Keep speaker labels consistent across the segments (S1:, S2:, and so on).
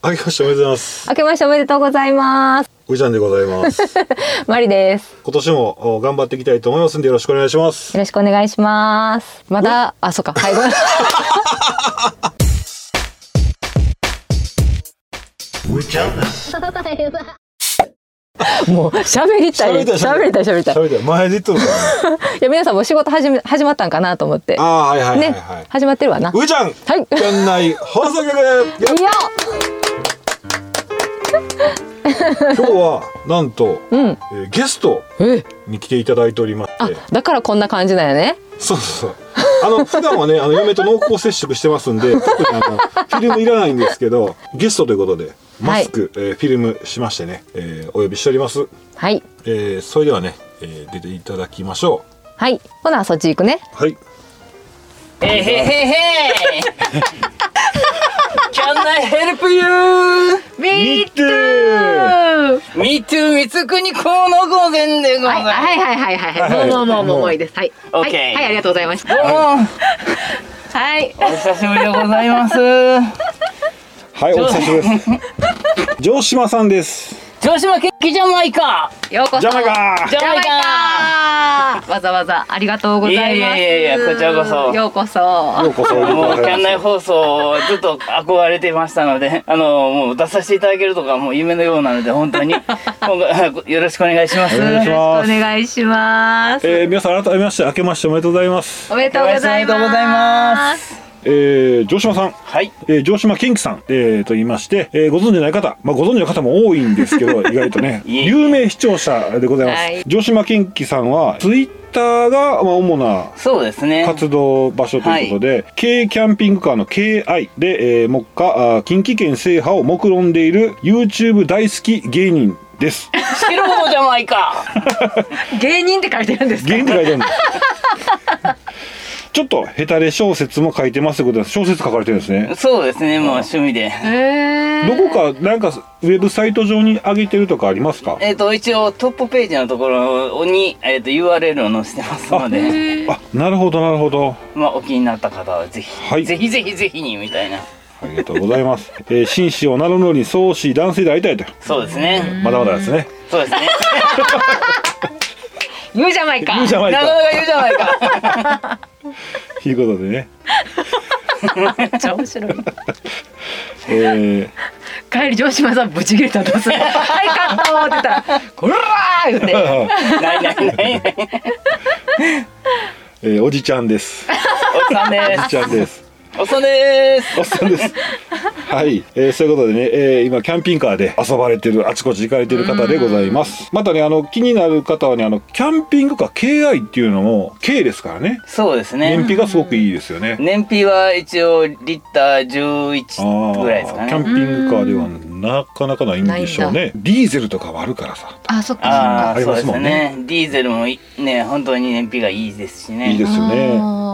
S1: あけましておめでとうございます。
S2: 明けましておめでとうございます。
S1: ういちゃんでござ います。
S2: マリです。
S1: 今年もお頑張っていきたいと思いますんでよろしくお願いします。
S2: よろしくお願いします。まだ、あ、そうか、はい、ごめん もう喋りたい、喋りたい、喋りたい。い
S1: 喋りたい。前で言っとるからね。
S2: や、皆さんもう仕事始め、始まったんかなと思って。
S1: ああ、はいはいはい
S2: ね
S1: はい、。
S2: 始まってるわな。
S1: ういちゃ
S2: は
S1: ん、
S2: い
S1: 県内放送
S2: い
S1: 局
S2: や、
S1: 今日は、なんと、
S2: うん、
S1: えーゲスト
S2: え、
S1: に来ていただいておりまし
S2: あ
S1: て。、
S2: だからこんな感じなんやね。
S1: そうそうそう。あの、普段はね、あの、嫁と濃厚接触してます んで、特にあの、フィルムいらないんですけど、ゲストということで、マスク、えーフィルムしましてね、えーお呼びしております。
S2: はい、
S1: えーそれではね、えー出ていただきましょ
S2: はい、ほな、そっち行くね。
S1: う。はい。
S3: えへへへ Can I help you?
S2: み
S1: てー。
S3: Me too 三つ国この御前でござ
S4: はいい、
S3: ます。
S4: はいはいはいはいはい。もうもうもうもういいです。はい。
S3: オ
S4: は
S3: ッ
S4: い、
S3: ケー
S4: はい、ありがとうございました。
S3: どうも
S4: はい。
S3: お久しぶりでございます。
S1: はい、お久しぶりです。城島さんです。
S3: 城島県ジャマイカ。
S4: ようこそ。
S1: ジャマイカ
S3: ジャ
S4: ジャマ
S3: マイ
S4: イ
S3: カ。
S4: カ。わざわざありがとうございます。
S3: いやいやいやいやこちらこそ
S4: ようこそ。
S1: ようこそ。
S3: もうキャン内
S1: は
S3: 放送ずっと憧れてましたので、あのもう出させていただけるとかもう夢のようなので 本当に今回よろしくお願いします。
S1: お願いし
S4: お
S1: ます。
S4: 願いします。
S1: えー、皆さん改めまして明けましておめでとうございます。
S4: おめでとうございます。
S3: おめでとうございます。
S1: えー、城島さん。
S3: はい。
S1: えー、城島健貴さん、えー、と言いまして、えー、ご存知ない方、まあ、ご存知の方も多いんですけ ど意外とね
S3: いえいえ
S1: 有名視聴者でございます、
S4: はい
S1: 城島健貴さんはツイッターが、まあ、主な
S3: そうですね。
S1: 活動場所ということで、軽キャンピングカーの KI で、えー、目下あー近畿圏制覇を目論んでいる YouTube 大好き芸人です。
S3: 白のジャマイカ。
S4: 芸人って書いてるんですか。
S1: 芸人って書い てあるんです。ちょっとヘタレ小説も書いてますということです。小説書かれてるんですね。
S3: そうですね。もう趣味で。
S4: え
S1: どこかなんかウェブサイト上に上げてるとかありますか？
S3: えっ、と一応トップページのところにえっ、と URL を載せてますので、
S1: あ、なるほどなるほど。
S3: まあお気になった方はぜひ、
S1: はい
S3: ぜひぜひぜひにみたいな。
S1: ありがとうござい ます。えー、紳士を名乗るのに相思男性で会いたいと。
S3: そうですね。
S1: まだまだですね。
S3: そうですね。
S4: 言うじゃないか。
S1: いいじゃな
S3: ないか
S1: か。
S3: なか言うじゃないか。
S1: ということでね、
S4: めっちゃ面白い。
S1: えー、
S4: 帰り城島さんぶち切れたらどうする。はい、カットって言ったら、こらー言って。
S3: ないないないない。
S1: えー、おじちゃんです。
S3: おっさんで
S1: おじちゃんです。
S3: す。おっさんです。
S1: おっさんです。はい、えー、そういうことでね、えー、今キャンピングカーで遊ばれてる、あちこち行かれてる方でございます。またね、あの気になる方はね、あのキャンピングカー KI っていうのも K ですからね。
S3: そうです
S1: 燃
S3: ね。
S1: 費がすごくいいですよね。
S3: 燃費は一応リッター11
S1: ー
S3: ぐらいですか
S1: キャンピ
S3: ね。
S1: ングカーではなかなかないんでしょうね。ディーゼルとかはあるからさ。
S4: あ、そっか。
S3: あ
S1: あ
S3: あ
S1: り
S3: そ
S1: ま
S3: うです
S1: も
S3: す
S1: んね
S3: ね。ディーゼルもいね本当に燃費がいいですしね。
S1: いいですよね。
S4: あー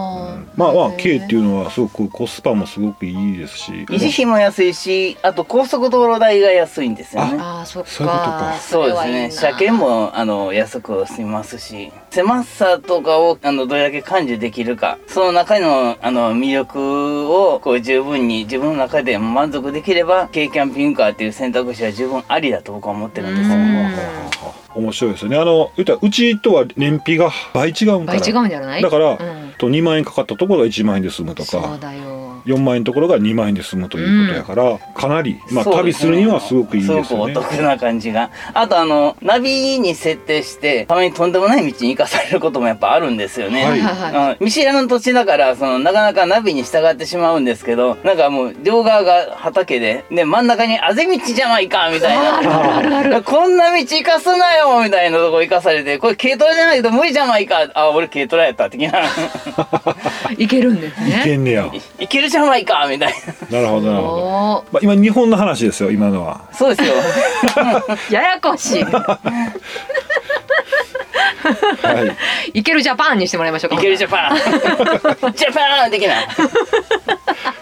S1: まあまあ
S4: へー
S1: K っていうのはすごくコスパもすごくいいですし
S3: 維持費も安いし、あと高速道路代が安いんですよね。
S4: あーそっか
S1: そういうことか
S3: そうですね。車検もあの安く済みますし、狭さとかをあのどれだけ感受できるか、その中のあの魅力をこう十分に自分の中で満足できれば、軽キャンピングカーっていう選択肢は十分ありだと僕は思ってるんですよ。
S1: 面白いですよねあの言ったらうちとは燃費が倍違うんか
S4: 倍
S1: ら
S4: 違うんじゃない
S1: だから、
S4: うん
S1: と2万円かかったところが1万円で済むと
S4: そう
S1: か
S4: だよ
S1: 4万円のところが2万円で済むということやから、かなり、まあ、
S3: そうで
S1: 旅
S3: ね
S1: するにはすごくいいですよね
S3: すごくお得な感じが。あとあの、ナビに設定して、たまにとんでもない道に行かされることもやっぱあるんですよね。
S1: はい
S4: はいはい
S3: うん見知らぬ土地だから、その、なかなかナビに従ってしまうんですけど、なんかもう、両側が畑で、で、真ん中にあぜ道じゃないか、みたいな。こんな道行かすなよ、みたいなとこ行かされて、これ軽トラじゃないと無理じゃないか。あ、俺軽トラやった、的な。
S4: いけるんです
S1: いけ
S4: ね
S1: んねや
S3: いけるじゃないか、みたい
S1: なるほどなるほど、
S4: お
S1: まあ、今日本の話ですよ今のは
S3: な。そうです よ。
S4: ーやや こし
S1: はい
S4: いいけるジャパンにしてもらいましょうか
S3: いけるジャパ ン。ジャパン的な。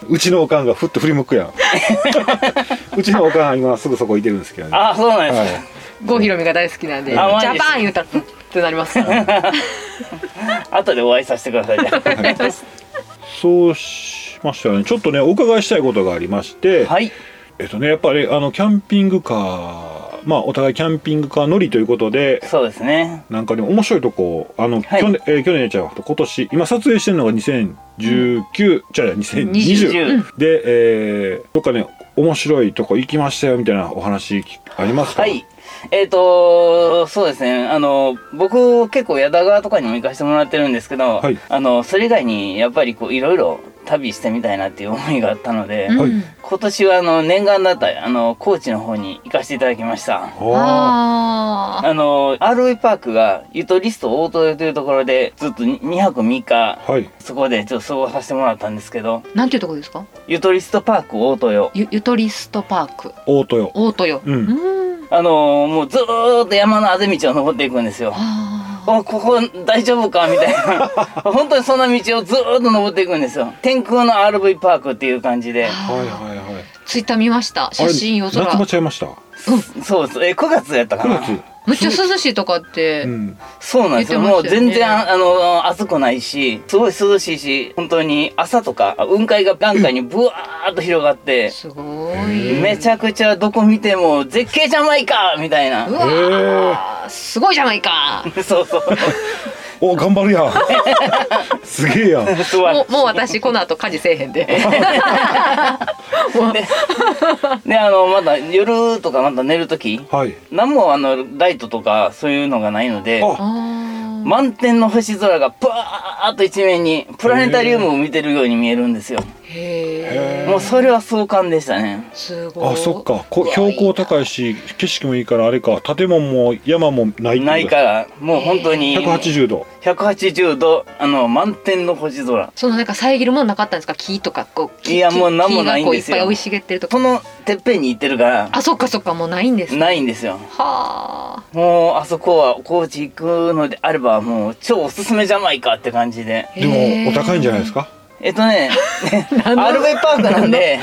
S1: うちのおかんがふっと振り向くやんうちのおかんは今すぐそこいてるんですけどね
S3: あ、そうなんです
S1: は
S3: ね。
S1: い
S4: 郷ひろみが大好きなんでジ
S3: あマジ
S4: ャパン言うたらふんってなりますから
S3: 後でお会いさせてくださいじゃ あ
S1: そうしましたらねちょっとねお伺いしたいことがありまして、
S3: はい
S1: えっとねやっぱりあのキャンピングカーまあお互いキャンピングカー乗りということで
S3: そうですね
S1: なんかね面白いとこあの、
S3: はい
S1: 去年えー去年ちゃうわ今年今撮影してるのが2019、じゃあ2020
S3: 20
S1: で、えーどっかね面白いとこ行きましたよみたいなお話ありますか
S3: はいえっ、とそうですねあの僕結構矢田川とかにも行かせてもらってるんですけど、
S1: はい
S3: あのそれ以外にやっぱりこういろいろ旅してみたいなっていう思いがあったので、
S1: はい
S4: うん
S3: 今年はあの念願だったあの高知の方に行かせていただきました
S1: あ
S2: ああ
S3: あの RV パークがゆとりスト大豊というところでずっと2泊3日
S1: ーはい
S3: そこでちょっと過ごさせてもらったんですけど
S4: なんていうとこですか
S3: ゆとりストパーク大豊
S4: ゆゆとりストパーク
S1: 大豊
S4: 大豊
S1: う
S2: うんん
S3: あのもうずーっと山のあぜ道を登っていくんですよ
S4: あ
S3: おここ大丈夫かみたい な本当にそんな道をずーっと登っていくんですよ天空の RV パークっていう感じで
S4: あ
S1: はいはいはい
S4: ツイッター見ました
S1: あ
S4: 写
S1: れ
S4: 真夜
S1: 夏場
S4: 空
S1: ちゃいました9
S3: そうですえ9月やったかな
S1: 月
S4: むっちゃ涼しいとかって、
S1: うん
S3: そうなんですよ。
S4: 言ってま
S3: もう
S4: したよね
S3: 全然、あの、暑くないし、すごい涼しいし、本当に朝とか、雲海が眼下にブワーっと広がって、
S4: すご
S1: へ
S4: い
S3: めちゃくちゃどこ見ても絶景じゃないかみたいうな。
S4: わーすごいじゃないか
S3: そうそう。
S1: お頑張るやん すげえやん
S3: すごい
S4: もうもう私この後家事せえへんで
S3: で、あの、まだ夜とかまだ寝るとき、
S1: はい
S3: 何もあの、ライトとかそういうのがないので、
S1: あ
S4: あ
S3: 満天の星空がブワーっと一面に、プラネタリウムを見てるように見えるんですよ。
S4: ーへ
S1: へ
S4: え
S1: ー
S3: もうそれは壮観でしたね。
S4: すごい
S1: あそっかこ標高高いし景色もいいからあれか建物も山もない
S3: ないから、もう本当に。
S1: 180度
S3: 180度あの満天の星空
S4: そのなんか遮るものなかったんですか木とかこう木
S3: いや
S4: 木
S3: もうなんもないんですよ
S4: 木がこういっぱい生い茂ってると
S3: そ
S4: か
S3: のてっぺんに行ってるから
S4: あそっかそっかもうないんですね
S3: ないんですよ
S4: はあ
S3: もうあそこは高知行くのであればもう超おすすめじゃないかって感じで
S1: でもお高いんじゃないですか
S3: えっとね RV パークなんで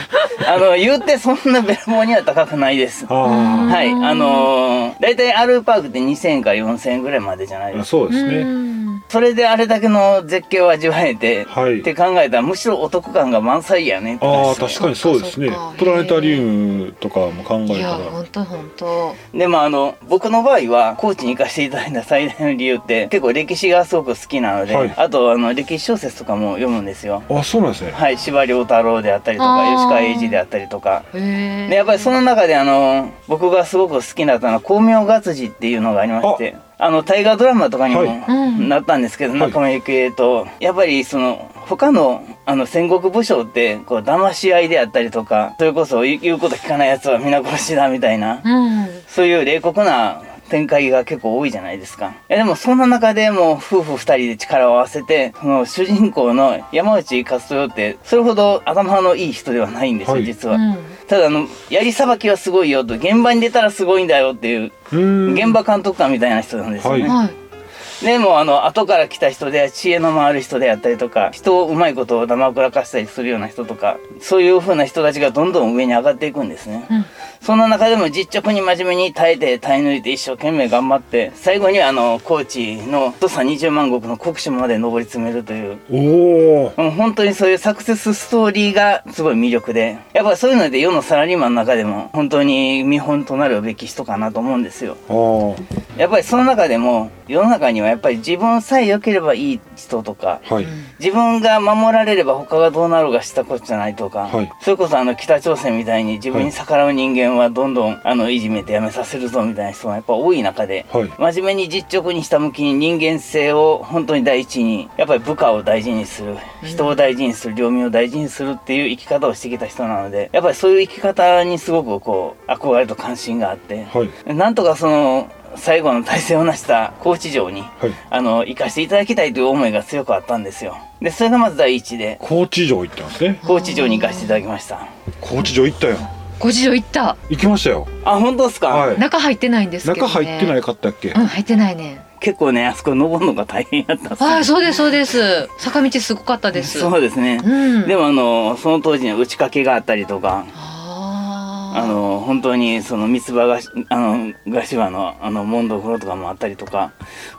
S3: あの言うてそんなべらぼうには高くないです
S1: あ
S3: はいあのー、大体 RV パークって2000円から4000円ぐらいまでじゃないで
S1: あ
S3: すか
S1: そうですね
S4: ね
S3: それであれだけの絶景を味わえて、
S1: はい
S3: って考えたらむしろお得感が満載やねって感じ
S1: あ
S3: で
S1: あ
S3: す
S1: 確かにそうですね
S4: そっかそっか
S1: プラネタリウムとかも考え
S4: い
S1: た
S4: や
S1: ら
S4: 本当本当
S3: でもあの僕の場合は高知に行かせていただいた最大の理由って結構歴史がすごく好きなので、
S1: はい
S3: あとあの歴史小説とかも読むんですよ。
S1: あそうなんですね
S3: はい、司馬遼太郎であったりとか
S4: あー
S3: 吉川英治であったりとか。
S4: へえ
S3: でやっぱりその中であの僕がすごく好きだったのは「光明月次」っていうのがありましてあの大河ドラマとかにも
S1: はい
S4: うん
S3: なったんですけど、
S1: い
S3: 仲間由紀恵とやっぱりその他のあの戦国武将ってこう騙し合いであったりとかそれこそ言う言うこと聞かないやつは皆殺しだみたいな
S4: うん
S3: そういう冷酷な展開が結構多いじゃないですか。えでもそんな中でもう夫婦二人で力を合わせて、その主人公の山内勝豊って、それほど頭のいい人ではないんですよ、
S1: はい
S3: 実
S4: う
S3: は。
S4: ん
S3: ただあの、やりさばきはすごいよと、現場に出たらすごいんだよっていう、
S1: うーん
S3: 現場監督官みたいな人なんですよね。
S1: は
S4: はい
S3: でもあの、後から来た人で、知恵の回る人であったりとか、人をうまいことを黙らかしたりするような人とか、そういう風な人たちがどんどん上に上がっていくんですね。
S4: うん
S3: そんな中でも実直に真面目に耐えて耐え抜いて一生懸命頑張って最後にあの高知の土佐20万石の国主まで上り詰めるという
S1: おお
S3: もう本当にそういうサクセスストーリーがすごい魅力でやっぱそういうので世のサラリーマンの中でも本当に見本となるべき人かなと思うんですよ
S1: あ
S3: やっぱりその中でも世の中にはやっぱり自分さえ良ければいい人とか
S1: あはい
S3: 自分が守られれば他がどうなろうがしたことじゃないとか、
S1: はい
S3: それこそあの北朝鮮みたいに自分に逆らう人間はどんどんあのいじめてやめさせるぞみたいな人がやっぱ多い中で、
S1: はい
S3: 真面目に実直にひたむきに人間性を本当に第一にやっぱり部下を大事にする人を大事にする領民を大事にするっていう生き方をしてきた人なのでやっぱりそういう生き方にすごくこう憧れと関心があって、
S1: はい
S3: なんとかその最後の体制を成した高知城に
S1: はい
S3: あの、行かせていただきたいという思いが強くあったんですよ。で、それがまず第一で、
S1: 高知城行ったんですね
S3: 高知城に行かせていただきました。
S1: 高知城行ったよ
S4: ご事情行った
S1: 行きましたよ
S3: あ、本当ですか、
S1: はい
S4: 中入ってないんですけど、
S1: 中
S4: ね、
S1: 入ってないいかったっけ
S4: うん入ってないね
S3: 結構ね、あそこ登るのが大変やったんですよ
S4: はいそうですそうです坂道すごかったです
S3: そうですね。
S4: うん
S3: でもあの、その当時には打ち掛けがあったりとか、
S4: あ
S3: あの本当にその三つ葉がしあの柏のあの門戸風とかもあったりとか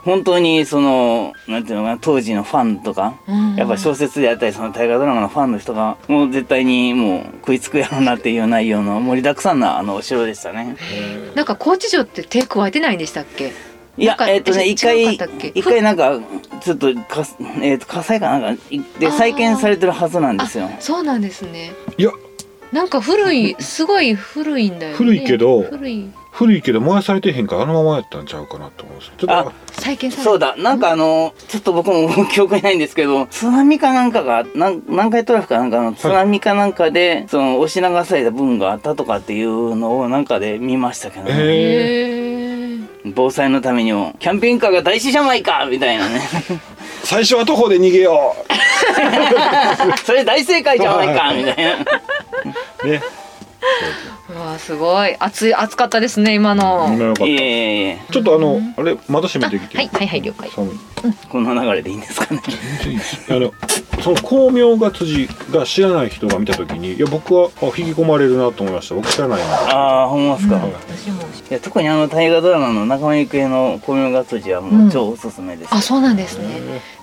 S3: 本当にそのなんていうのかな当時のファンとか、やっぱ小説であったりその大河ドラマのファンの人がもう絶対にもう食いつくやろうなっていう内容の盛りだくさんなあのお城でしたね。
S4: なんか高知城って手加えてないんでしたっけ
S3: いや
S4: なん、か
S3: えっ、とね、
S4: え
S3: 一回、
S4: 違うかったっけ
S3: 一回なんか、ちょっと、かす、えっ、と、火災かなんか、いで、
S4: あー
S3: 再建されてるはずなんですよ。
S4: そうなんですね
S1: いや
S4: なんか古 いすごい古いんだよね
S1: 古いけど
S4: 古い
S1: 古いけど燃やされてへんからあのままやったんちゃうかなと思うんですよちょっと
S3: あ
S4: 再建され
S3: そうだ、なんかあの、ちょっと僕も 記憶にないんですけど、津波かなんかが、なん、南海トラフかなんかの津波かなんかで、その押し流された部分があったとかっていうのをなんかで見ましたけど、ね、
S1: ええ
S4: へえ
S3: 防災のためにも、キャンピングカーが大死者前かみたいなね。
S1: 最初は徒歩で逃げよ
S3: それ大正解じゃないかみたいな。
S1: うね
S4: うわあすごい暑い暑かったですね今の
S1: みんなよかっ
S3: いえい
S1: た
S3: えいえ、
S1: ちょっとあのあれまだ閉めてきて
S4: はいはいはい了解
S1: 寒い
S3: この流れでいいんですかね。
S1: あのその光明が辻が知らない人が見た時にいや僕はあ引き込まれるなと思いました僕知らないな
S3: ああ、ほんまっすか。
S4: 私も
S3: いや特にあの大河ドラマの仲間行方の巧妙ガツジはもう超おすすめです、
S4: あそうなんですね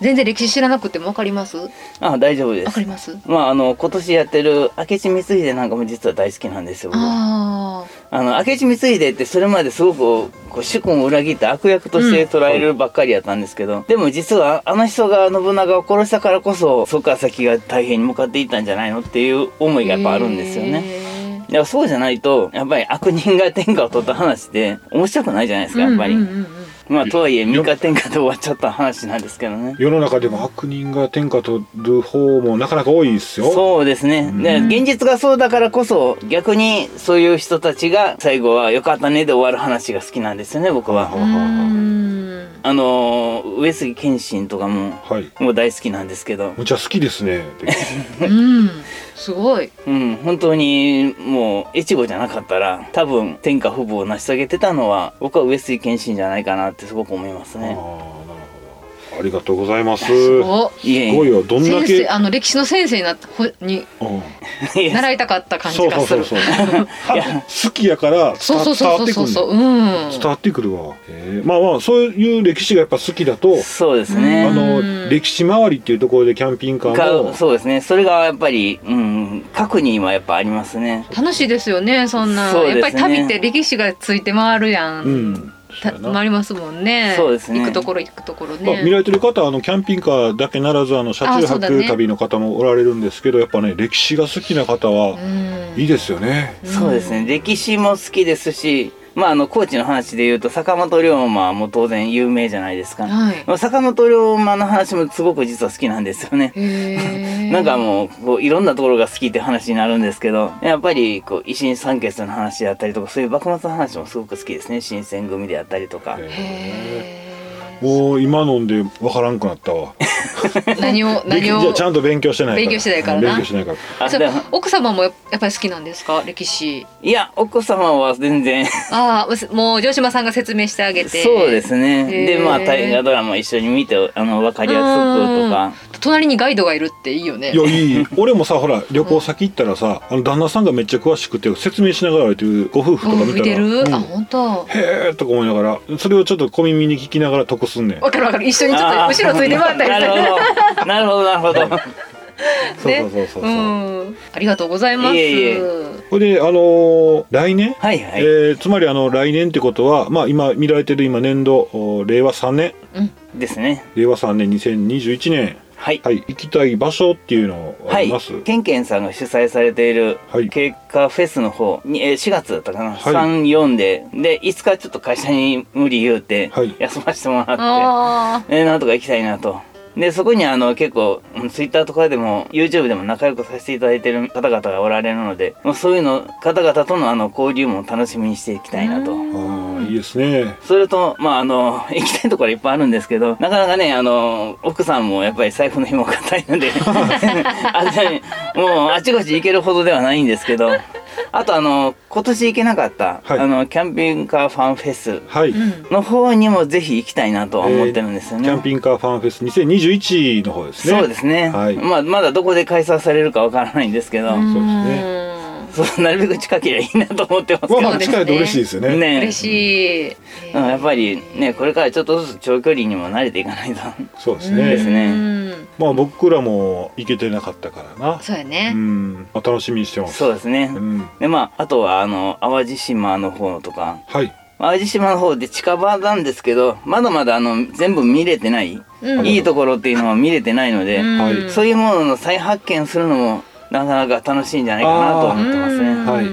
S4: 全然歴史知らなくてもわかりますわ
S3: あ大丈夫で
S4: か
S3: す
S4: ります
S3: まああの今年やってる明智光秀なんかも実は大好きなんですよ僕あ
S4: あ
S3: の明智光秀ってそれまですごくこう主君を裏切った悪役として捉えるばっかりやったんですけど、でも実はあの人が信長を殺したからこそそこから先が大変に向かっていったんじゃないのっていう思
S4: あ
S3: いがやっぱあるんですよね、
S4: ね
S3: いやそうじゃないとやっぱり悪人が天下を取った話で面白くないじゃないですかやっぱり、まあとはいえ三日天下で終わっちゃった話なんですけどね
S1: 世の中でも悪人が天下取る方もなかなか多いですよ
S3: そうですね、で現実がそうだからこそ逆にそういう人たちが最後は「よかったね」で終わる話が好きなんですよね僕は、
S1: うん
S3: あのー上杉謙信とかも
S1: はい
S3: もう大好きなんですけど
S1: むちゃ好きですねって
S4: うんすごい
S3: うん本当にもう越後じゃなかったら多分天下父母を成し遂げてたのは僕は上杉謙信じゃないかなってすごく思います
S1: ああなる
S3: ね
S1: ほどありがとうございますす
S4: すご
S3: いえいえ
S1: ごいよどんだ
S4: 先
S1: け
S4: 生あの歴史の先生になったほに
S1: うん
S3: いや
S4: 習いたかった感じ
S1: そう
S4: が
S1: そう
S4: す
S1: そう
S4: る
S1: そう好きやから伝
S4: そう
S1: わ
S4: そ
S1: 伝
S4: うそ
S1: わっ
S4: う
S1: てく
S4: そう
S1: る
S4: そう
S1: の
S4: うん
S1: 伝わってくるわへえまあまあそういう歴史がやっぱ好きだと
S3: そうです
S1: あ
S3: ね、
S1: の歴史周りっていうところでキャンピングカーも
S3: かそうですねそれがやっぱり、うん、各にはやっぱありますね
S4: 楽しいですよねそんな
S3: そう
S4: や
S3: です
S4: っ
S3: ね
S4: ぱり旅って歴史がついて回るや
S1: うんんそ
S4: た
S1: うやな
S4: 回りますもんね
S3: そうですね
S4: 行くところ行くところ
S1: まあ見
S4: ね
S1: られてる方はあのキャンピングカーだけならずあの車中
S4: あそうだね
S1: 泊旅の方もおられるんですけどやっぱね歴史が好きな方
S4: う
S1: は
S4: ん
S1: いいですよね。
S3: そうですね歴史も好きですしまああの高知の話で言うと坂本龍馬も当然有名じゃないですか
S4: はい
S3: 坂本龍馬の話もすごく実は好きなんですよね
S4: へー
S3: なんかもうこういろんなところが好きって話になるんですけどやっぱりこう維新三傑の話であったりとかそういう幕末の話もすごく好きですね新選組であったりとか
S1: へえ
S4: へ
S1: もう今飲んでわからんくなったわ。
S4: ー何を
S1: 歴
S4: 何
S1: 史じゃ
S4: を
S1: あちゃんと勉強してないから。
S4: 勉強してないからな
S1: 勉強してないから。
S3: あ
S4: そう
S3: でも
S4: 奥様もやっぱり好きなんですか歴史
S3: いや奥様は全然
S4: ああもう城島さんが説明してあげて
S3: そうですね。
S4: へー
S3: で、まあ、大河ドラマ一緒に見て、あの、わかりやすくとか。
S4: 隣にガイドがいるっていいよね
S1: いやいい俺もさほら旅行先行ったらさあの旦那さんがめっちゃ詳しくて説明しながらやってるご夫婦とか見
S4: 見
S1: た
S4: て
S1: ら「
S4: る、
S1: うん
S4: あ本当
S1: へえ」とか思いながらそれをちょっと小耳に聞きながら得すんねん。
S4: わかるわかる一緒にちょっと
S3: あー
S4: 後ろついてもらったり
S3: な
S4: し
S3: る
S4: て
S3: ほど。なるほど、なるほど。
S1: そうそうそうそうそう。
S4: うんありがとうございます
S3: いえいえ
S1: これであのー来年
S3: はいはい。
S1: えーつまりあの来年ってことは、まあ、今見られてる今年度お令和3年
S3: ですね。
S1: 令和3年2021年、
S3: はい。
S1: はい、行きたい場所っていうのあ
S3: は
S1: り
S3: い
S1: ます、。
S3: ケンケンさんが主催されている
S1: はい、
S3: 経過フェスの方に、えー4月だったかな。
S1: はい
S3: 3、4で。で、いつかちょっと会社に無理言うて
S1: はい、
S3: 休ませてもらっ
S4: あ
S3: て、えーなんとか行きたいなと。で、そこにあの結構、ツイッターとかでも、YouTube でも仲良くさせていただいてる方々がおられるので、もうそういうの、方々とのあの交流も楽しみにしていきたいなと。
S1: ああいいですね
S3: それと、まあ、あの、 行きたいところいっぱいあるんですけど、なかなかね、あの、奥さんもやっぱり財布の紐が硬いので、 あでもうあちこち行けるほどではないんですけど、あとあの、今年行けなかった、
S1: はい
S3: あの、キャンピングカーファンフェス
S1: はい、
S4: ーうん
S3: の方にもぜひ行きたいなとは思ってるんですよ
S1: キ
S3: ね。
S1: ャンピングカーファンフェス2021の方ですね
S3: そうですね。
S1: はい
S3: まあまだどこで開催されるかわからないんですけど、
S1: そうですね
S4: うん
S3: そうなるべく近ければいいなと思ってます
S1: まあ
S3: け
S1: まあ近
S4: そうですね
S3: ど
S1: いと嬉しいですよね。
S3: ね
S4: 嬉しい。
S3: うんやっぱりねこれからちょっとずつ長距離にも慣れていかないと
S1: そうです
S4: うん
S1: ね。
S3: ですね
S4: うん
S1: まあ僕らも行けてなかったからな。
S4: そうや
S1: う
S4: ね。
S1: ん。まあ楽しみにしてます。
S3: そうですね
S1: うん。
S3: でまああとはあの淡路島の方とか
S1: はい。
S3: 淡路島の方で近場なんですけどまだまだあの全部見れてない、
S4: うん
S3: いいところっていうのは見れてないので、
S4: うん
S1: はい
S3: そういうものの再発見するのもなかなか楽しいんじゃないかなと思ってます
S4: うん
S3: ね。
S1: はい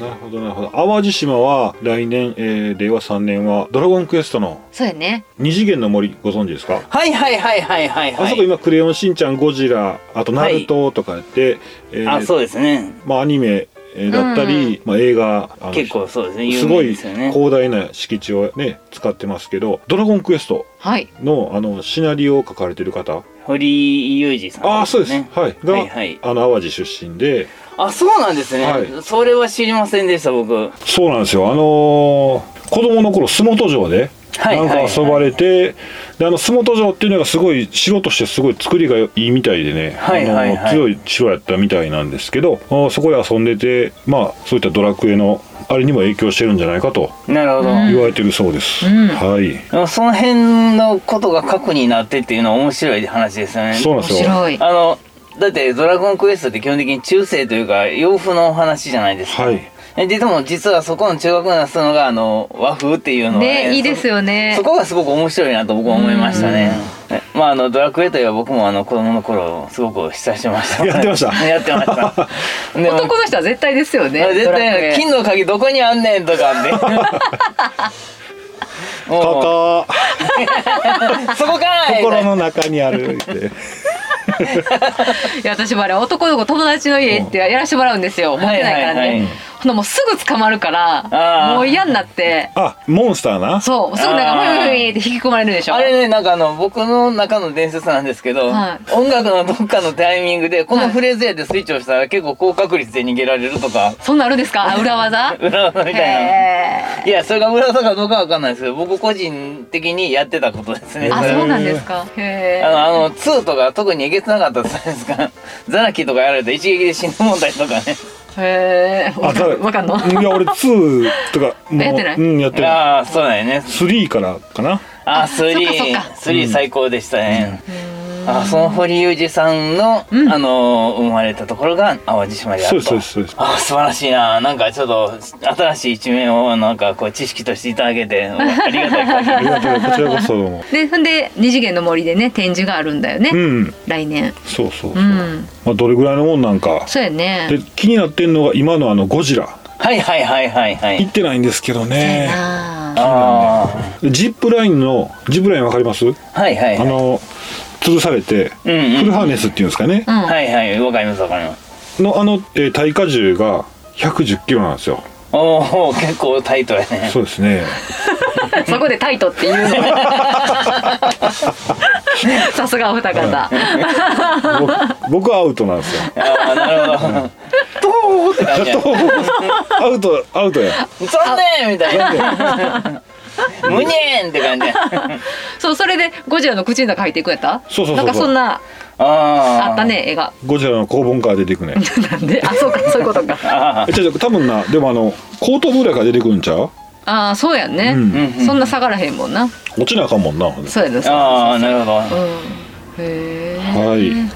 S1: なるほどなるほど。淡路島は来年、えー、令和3年はドラゴンクエストの
S4: そうやね。
S1: 二次元の森ご存知ですか？
S3: はいはいはいはいはいは
S1: あそこ
S3: い。
S1: 今クレヨンしんちゃんゴジラあとナルトとかやって、えー
S3: あそうですね。
S1: まあアニメえーだったり、まあ映画あの
S3: 結構そうですね。有
S1: すご
S3: 名で
S1: い
S3: すよね。
S1: 広大な敷地をね使ってますけど「ドラゴンクエスト
S4: はい。
S1: の」あのシナリオを書かれてる方
S3: 堀井裕二さん、
S1: ああそうです、
S3: ね。
S1: はいが、
S3: はいはい
S1: あの淡路出身で
S3: あそうなんですね、
S1: はい
S3: それは知りませんでした僕。は
S1: そうなんですよあのー子供の頃洲本城で
S3: い
S1: なん
S3: はい、
S1: か遊ば
S3: はい。
S1: れて、であの洲本城っていうのがすごい城としてすごい作りがいいみたいでね、
S3: はいはいは
S1: あの
S3: い
S1: 強い城やったみたいなんですけどあーそこで遊んでてまあそういったドラクエのあれにも影響してるんじゃないかと
S3: なるほど。
S1: 言われてるそうです、
S4: うん
S1: はい
S3: その辺のことが核になってっていうのは面白い話ですよね。
S1: そうなん
S4: 面
S1: ですよ
S4: 白い。
S3: あのだって「ドラゴンクエスト」って基本的に中世というか洋風のお話じゃないですか。
S1: はい
S3: えででも実はそこの中学なすのがあの和風っていうのは
S4: ね、いいですよね
S3: そ。こがすごく面白いなと僕は思いましたね。えまああのドラクエといえば僕もあの子供の頃すごく親しみました。
S1: やってました
S3: やって ました。でも
S4: 男の人は絶対ですよね。
S3: 絶
S4: ドラクエ
S3: 対金の鍵どこにあんねんとか っ
S1: 「
S3: て。
S1: こ
S3: も
S1: こ
S3: うそこかい。
S1: 心の中にある」って
S4: いや私もあれ男の子友達の家行ってやらしてもらうんですよ持ってないから
S3: はいはいは
S4: ねほ
S3: い
S4: んならもうすぐ捕まるか
S3: あー
S4: らもう嫌になって
S1: あモンスターな
S4: そうすぐなん
S3: あー
S4: かふいふいふいって引き込まれるでしょ
S3: あれねなんかあの僕の中の伝説なんですけど、
S4: は
S3: 音楽のどっかのタイミングでこの
S4: はい
S3: フレーズやでスイッチをしたら結構高確率で逃げられるとか
S4: そんなんあるんですかあ裏技
S3: 裏技みたい
S4: へ
S3: な。いやそれが裏技かどうかわかんないですけど僕個人的にやってたことですね。
S4: ーあ
S1: へー
S4: そうなんですかへ
S3: あの、あの、2とか特にえげつなかったじゃないですか。ザラキとかやられて一撃で死ぬ問題とかね。
S4: えへえわか
S1: だ
S4: んわかんの
S1: いや俺2とかもう
S4: やってない
S1: うん、やってない
S3: ああ、そうだよね。
S1: 3からかな
S3: あ、
S4: そっ
S3: 3
S4: かそっ、
S3: 3最高でしたね。あ、その堀裕二さんの、あの、生まれたところが淡路島であ
S1: そう
S3: る
S1: ですそう
S3: と
S1: で。すそうです
S3: あ、素晴らしいな。なんかちょっと、新しい一面を、なんかこう、知識としていただけて、ありがたい限 り
S1: ありがとうこちらこそどうも
S4: でほんで二次元の森でね展示があるんだよね
S1: うん
S4: 来年
S1: そうそうそう、
S4: うん
S1: まあ、どれぐらいのもんなんか
S4: そうやね
S1: で気になってんのが今のあのゴジラ
S3: はいはいはいはいは
S1: 行
S3: い
S1: っ。てないんですけど
S4: そうや
S1: ね
S4: な
S3: あ
S1: でジップラインのジップラインわかります
S3: あ。はいはい
S1: あ
S3: はい。
S1: の吊るされて
S3: うん
S1: フ
S3: うん
S1: ル。ハーネスっていうんですかね
S4: うん
S3: はいはい。わかりますわかります。
S1: のあの、えー耐荷重が110キロなんですよ
S3: おお結構タイトやね
S1: そうですね
S4: そこでタイトっ ていうのさすがお二方
S1: 僕僕はアウトなんですよ
S3: ああなるほどどうって感じやね
S1: アウトアウトや
S3: 残念みたいな むにゃんって感じや
S4: そうそれでゴジラの口の中入っていくんやった
S1: そうそうそうそう
S4: なんかそんな
S3: あー
S4: あったね絵が
S1: ゴジラの公文から出てくね
S4: なんであそうかそういうことか
S3: あ
S1: えちょちょ多分なでもあの後頭部ぐらいから出てくるんちゃう、
S4: ああそうやんね、
S1: うん
S3: うんうん
S4: そんな下がらへんもんな
S1: 落ちなあかんもんな
S4: そうやね
S3: ーあーなるほ
S4: うんへえ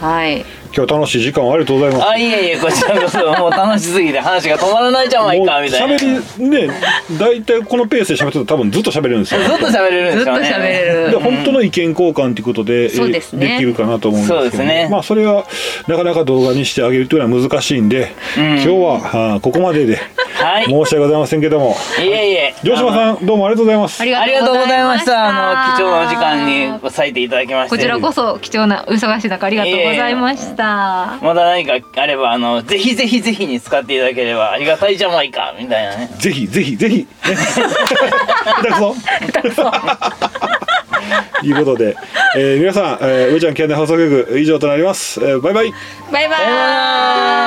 S1: はい
S4: はい
S1: 今日は楽しい時間をありがとうござい
S3: ど
S1: ます
S3: あいえいえこちらこそもう楽しすぎて話が止まらないじゃ
S1: も
S3: な
S1: う
S3: いかみたいなずっ
S1: 喋りね大体このペースで喋ってると多分ずっと喋れるんですよ
S3: と喋れるん
S4: ず
S3: で
S4: っ
S3: す
S4: と
S3: よね
S4: 喋れ
S1: で
S4: る
S1: 本当の意見交換ということで,えー、
S4: そうですね
S1: できるかなと思うんですけど
S3: そうですね
S1: まあそれはなかなか動画にしてあげるというのは難しいんで、今日はあーここまでで
S3: はい
S1: 申し訳ございませんけども
S3: いえいえ
S1: 城島
S3: ん
S1: さんどうもありがとうございます。
S3: ありがとうございましたあの貴重なお時間に
S4: こ
S3: 割いていただきまして
S4: ちらこそ貴重なお忙しい中ありがとうございました
S3: まだ何かあればあのぜひぜひぜひに使っていただければありがたいじゃないかみたいなね
S1: ぜひぜひぜひ。ね下手くそ。と いうことで、えー皆さん、えー、うーちゃんキャンデー放送局以上となります。えーバイバイ。
S4: バイバイ